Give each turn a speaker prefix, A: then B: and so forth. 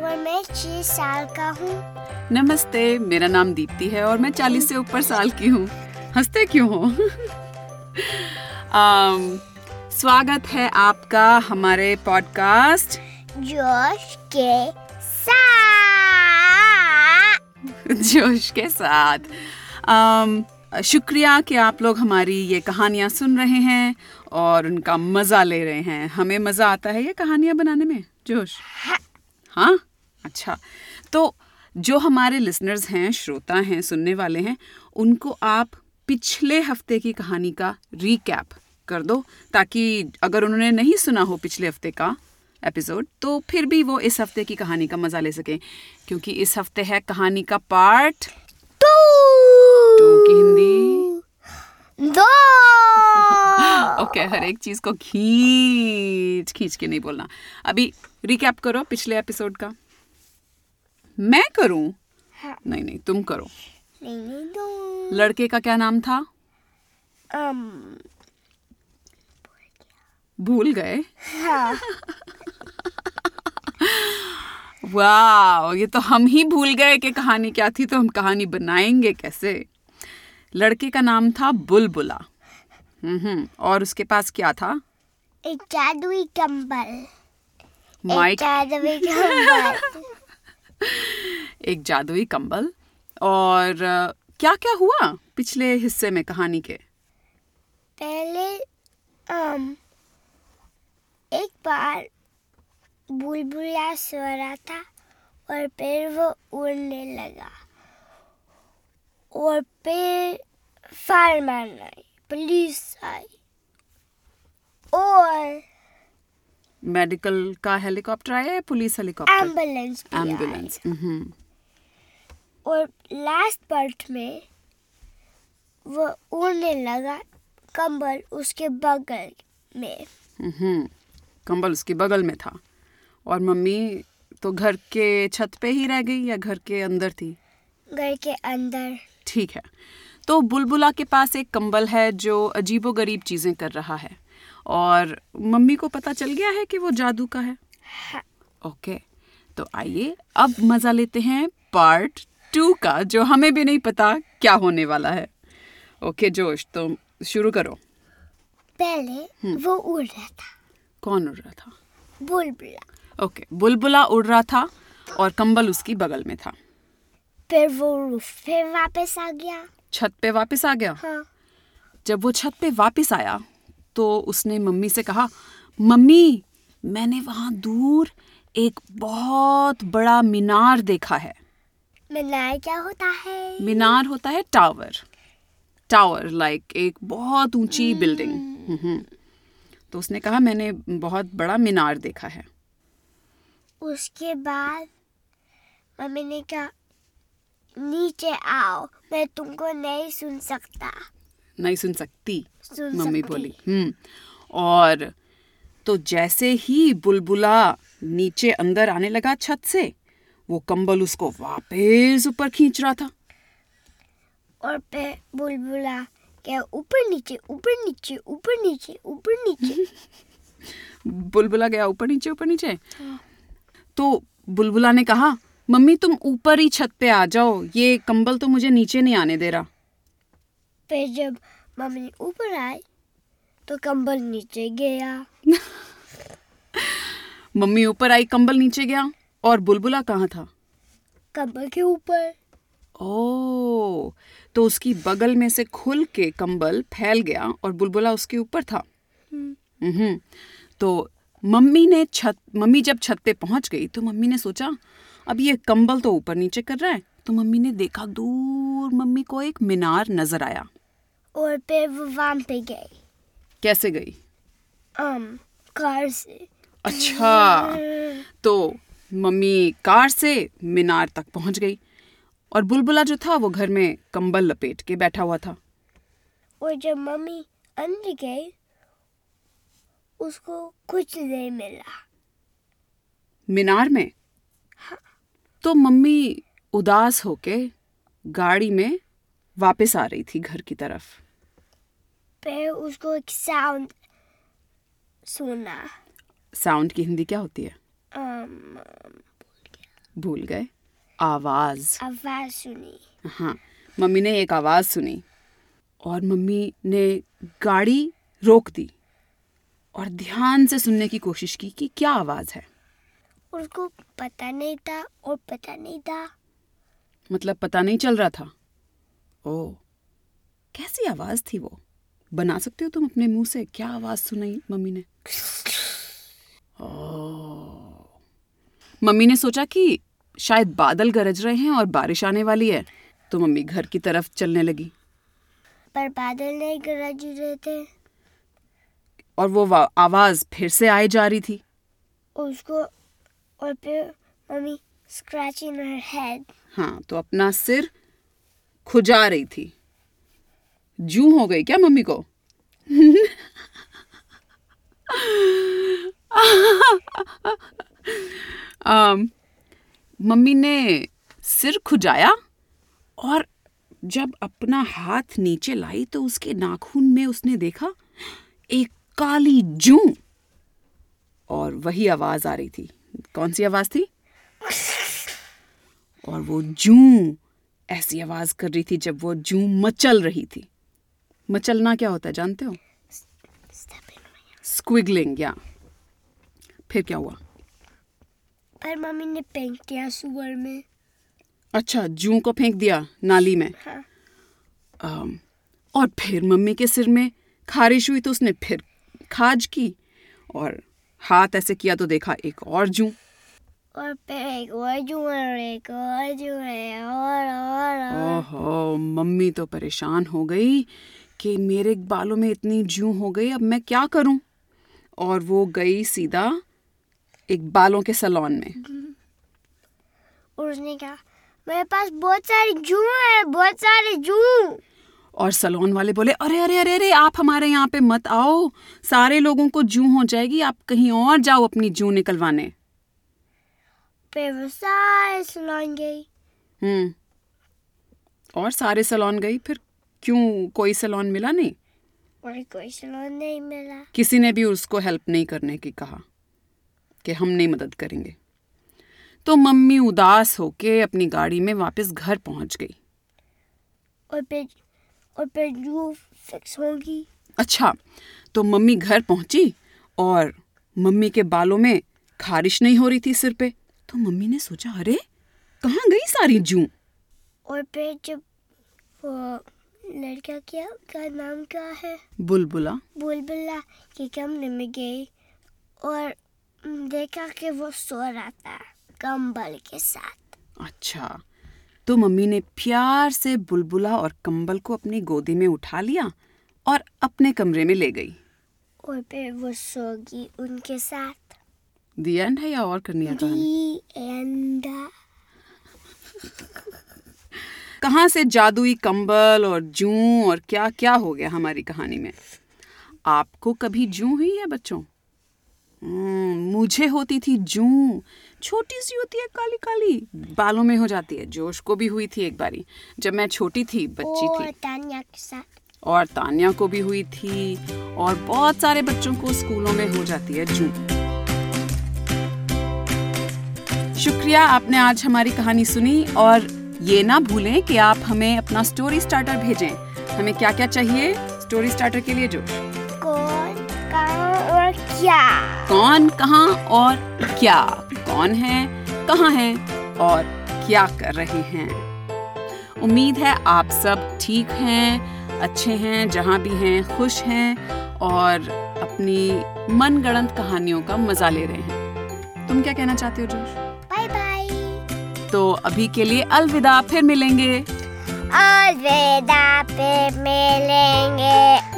A: मैं छह साल का हूँ
B: नमस्ते मेरा नाम दीप्ति है और मैं चालीस से ऊपर साल की हूँ हंसते क्यों हो अम, स्वागत है आपका हमारे पॉडकास्ट
A: जोश के साथ
B: जोश के साथ अम, शुक्रिया कि आप लोग हमारी ये कहानियाँ सुन रहे हैं और उनका मज़ा ले रहे हैं हमें मज़ा आता है ये कहानियाँ बनाने में जोश हाँ अच्छा तो जो हमारे लिसनर्स हैं श्रोता हैं सुनने वाले हैं उनको आप पिछले हफ्ते की कहानी का रीकैप कर दो ताकि अगर उन्होंने नहीं सुना हो पिछले हफ्ते का एपिसोड तो फिर भी वो इस हफ्ते की कहानी का मजा ले सकें क्योंकि इस हफ्ते है कहानी का पार्ट
A: टू
B: टू की हिंदी
A: दो
B: ओके हर एक चीज को खींच खींच के नहीं बोलना अभी रिकैप करो पिछले एपिसोड का मैं करूं
A: हाँ।
B: नहीं नहीं तुम करो
A: नहीं दो
B: लड़के का क्या नाम था
A: अम
B: भूल गए
A: हाँ
B: वाह ये तो हम ही भूल गए कि कहानी क्या थी तो हम कहानी बनाएंगे कैसे लड़के का नाम था बुलबुला हम्म और उसके पास क्या था
A: एक जादुई कंबल एक
B: माइक
A: जादुई कंबल
B: एक जादुई कंबल और क्या क्या हुआ पिछले हिस्से में कहानी के
A: पहले अम एक बार बुलबुला सो रहा था और फिर वो उड़ने लगा और फिर फायरमैन आई पुलिस आई और
B: मेडिकल का हेलीकॉप्टर आया या पुलिस हेलीकॉप्टर
A: एम्बुलेंस भी आई।
B: एम्बुलेंस हम्म,
A: और लास्ट पार्ट में वो उड़ने लगा कंबल उसके बगल में
B: हम्म। कंबल उसके बगल में था और मम्मी तो घर के छत पे ही रह गई या घर के अंदर थी
A: घर के अंदर
B: ठीक है तो बुलबुला के पास एक कंबल है जो अजीबो गरीब चीज़ें कर रहा है और मम्मी को पता चल गया है कि वो जादू का है
A: हाँ।
B: ओके तो आइए अब मज़ा लेते हैं पार्ट टू का जो हमें भी नहीं पता क्या होने वाला है ओके जोश तो शुरू करो
A: पहले वो उड़ रहा था
B: कौन उड़ रहा था
A: बुलबुला
B: ओके बुलबुला उड़ रहा था और कंबल उसकी बगल में था
A: फिर वो रूफ पे वापस आ गया
B: छत पे वापस आ गया
A: हाँ
B: जब वो छत पे वापस आया तो उसने मम्मी से कहा मम्मी मैंने वहाँ दूर एक बहुत बड़ा मीनार देखा है
A: मिनार क्या होता है
B: मीनार होता है टावर टावर लाइक एक बहुत ऊंची बिल्डिंग हम्म। तो उसने कहा मैंने बहुत बड़ा मीनार देखा है
A: उसके बाद मम्मी ने कहा नीचे आओ मैं तुमको नहीं सुन सकता
B: नहीं सुन सकती
A: सुन
B: मम्मी
A: सकती।
B: बोली हम्म और तो जैसे ही बुलबुला नीचे अंदर आने लगा छत से वो कंबल उसको वापस ऊपर खींच रहा था
A: और फिर बुलबुला क्या ऊपर नीचे ऊपर नीचे ऊपर नीचे ऊपर नीचे
B: बुलबुला गया ऊपर नीचे ऊपर नीचे तो बुलबुला ने कहा मम्मी तुम ऊपर ही छत पे आ जाओ ये कंबल तो मुझे नीचे नहीं आने दे रहा
A: फिर जब मम्मी ऊपर आई तो कंबल नीचे गया
B: मम्मी ऊपर आई कंबल नीचे गया और बुलबुला कहाँ था
A: कंबल के ऊपर
B: ओ तो उसकी बगल में से खुल के कंबल फैल गया और बुलबुला उसके ऊपर था हम्म तो मम्मी ने छत मम्मी जब छत पे पहुंच गई तो मम्मी ने सोचा अब ये कंबल तो ऊपर नीचे कर रहा है तो मम्मी ने देखा दूर मम्मी को एक मीनार नजर आया
A: और फिर वो वहाँ पे गई
B: कैसे गई
A: um, कार से
B: अच्छा तो मम्मी कार से मीनार तक पहुंच गई और बुलबुला जो था वो घर में कंबल लपेट के बैठा हुआ था
A: और जब मम्मी अंदर गई उसको कुछ नहीं मिला
B: मीनार में तो मम्मी उदास होके गाड़ी में वापस आ रही थी घर की तरफ
A: फिर उसको एक साउंड सुना
B: साउंड की हिंदी क्या होती है
A: um,
B: भूल गए आवाज़
A: आवाज सुनी
B: हाँ मम्मी ने एक आवाज़ सुनी और मम्मी ने गाड़ी रोक दी और ध्यान से सुनने की कोशिश की कि क्या आवाज़ है
A: उसको पता नहीं था और पता नहीं था
B: मतलब पता नहीं चल रहा था ओ कैसी आवाज़ थी वो बना सकते हो तुम अपने मुंह से क्या आवाज़ सुनाई मम्मी ने ओ मम्मी ने सोचा कि शायद बादल गरज रहे हैं और बारिश आने वाली है तो मम्मी घर की तरफ चलने लगी
A: पर बादल नहीं गरज रहे थे
B: और वो वा- आवाज़ फिर से आई जा रही थी
A: और उसको और फिर मम्मी स्क्रैचिंग हर हेड
B: हाँ तो अपना सिर खुजा रही थी जू हो गई क्या मम्मी को अम, मम्मी ने सिर खुजाया और जब अपना हाथ नीचे लाई तो उसके नाखून में उसने देखा एक काली जू और वही आवाज आ रही थी कौन सी आवाज थी और वो जू ऐसी आवाज कर रही थी जब वो जू मचल रही थी मचलना क्या होता है जानते हो स्क्विगलिंग या फिर क्या हुआ
A: पर मम्मी ने फेंक दिया सुअर में
B: अच्छा जू को फेंक दिया नाली में
A: हाँ
B: अम, और फिर मम्मी के सिर में खारिश हुई तो उसने फिर खाज की और हाथ ऐसे किया तो देखा एक और जू
A: और फिर एक और जुअर एक और जुअर और और और
B: ओहो मम्मी तो परेशान हो गई कि मेरे बालों में इतनी जू हो गई अब मैं क्या करूं और वो गई सीधा एक बालों के सलोन में
A: और उसने कहा मेरे पास बहुत सारे जू है बहुत सारे जू
B: और सलोन वाले बोले अरे अरे अरे अरे आप हमारे यहाँ पे मत आओ सारे लोगों को जू हो जाएगी आप कहीं और जाओ अपनी जू निकलवाने
A: फिर वो सारे सलोन गई
B: हम्म और सारे सलोन गई फिर क्यों कोई सलोन मिला नहीं
A: और कोई सलोन नहीं मिला
B: किसी ने भी उसको हेल्प नहीं करने की कहा कि हम नहीं मदद करेंगे तो मम्मी उदास होके अपनी गाड़ी में वापस घर पहुंच गई
A: और फिर और फिर जू फिक्स होगी
B: अच्छा तो मम्मी घर पहुंची और मम्मी के बालों में खारिश नहीं हो रही थी सिर पे तो मम्मी ने सोचा अरे कहाँ गई सारी जू
A: और फिर जब वो लड़का क्या का नाम क्या है
B: बुलबुला
A: बुलबुला के कमरे में गई और देखा कि वो सो रहा था कंबल के साथ
B: अच्छा तो मम्मी ने प्यार से बुलबुला और कंबल को अपनी गोदी में उठा लिया और अपने कमरे में ले गई
A: और फिर वो सोगी उनके साथ
B: दी एंड है या और करनी है कहानी
A: दी एंड
B: कहाँ से जादुई कंबल और जू और क्या क्या हो गया हमारी कहानी में आपको कभी जू हुई है बच्चों हम्म, मुझे होती थी जू छोटी सी होती है काली काली बालों में हो जाती है जोश को भी हुई थी एक बारी जब मैं छोटी थी बच्ची
A: और
B: थी
A: तानिया के साथ
B: और तानिया को भी हुई थी और बहुत सारे बच्चों को स्कूलों में हो जाती है जू शुक्रिया आपने आज हमारी कहानी सुनी और ये ना भूलें कि आप हमें अपना स्टोरी स्टार्टर भेजें हमें क्या क्या चाहिए स्टोरी स्टार्टर के लिए जो
A: कौन कहाँ और क्या
B: कौन कहाँ और क्या कौन है कहाँ है और क्या कर रहे हैं उम्मीद है आप सब ठीक हैं अच्छे हैं जहाँ भी हैं खुश हैं और अपनी मनगढ़ंत कहानियों का मजा ले रहे हैं तुम क्या कहना चाहते हो जोश
A: बाय बाय
B: तो अभी के लिए अलविदा फिर मिलेंगे
A: अलविदा पे मिलेंगे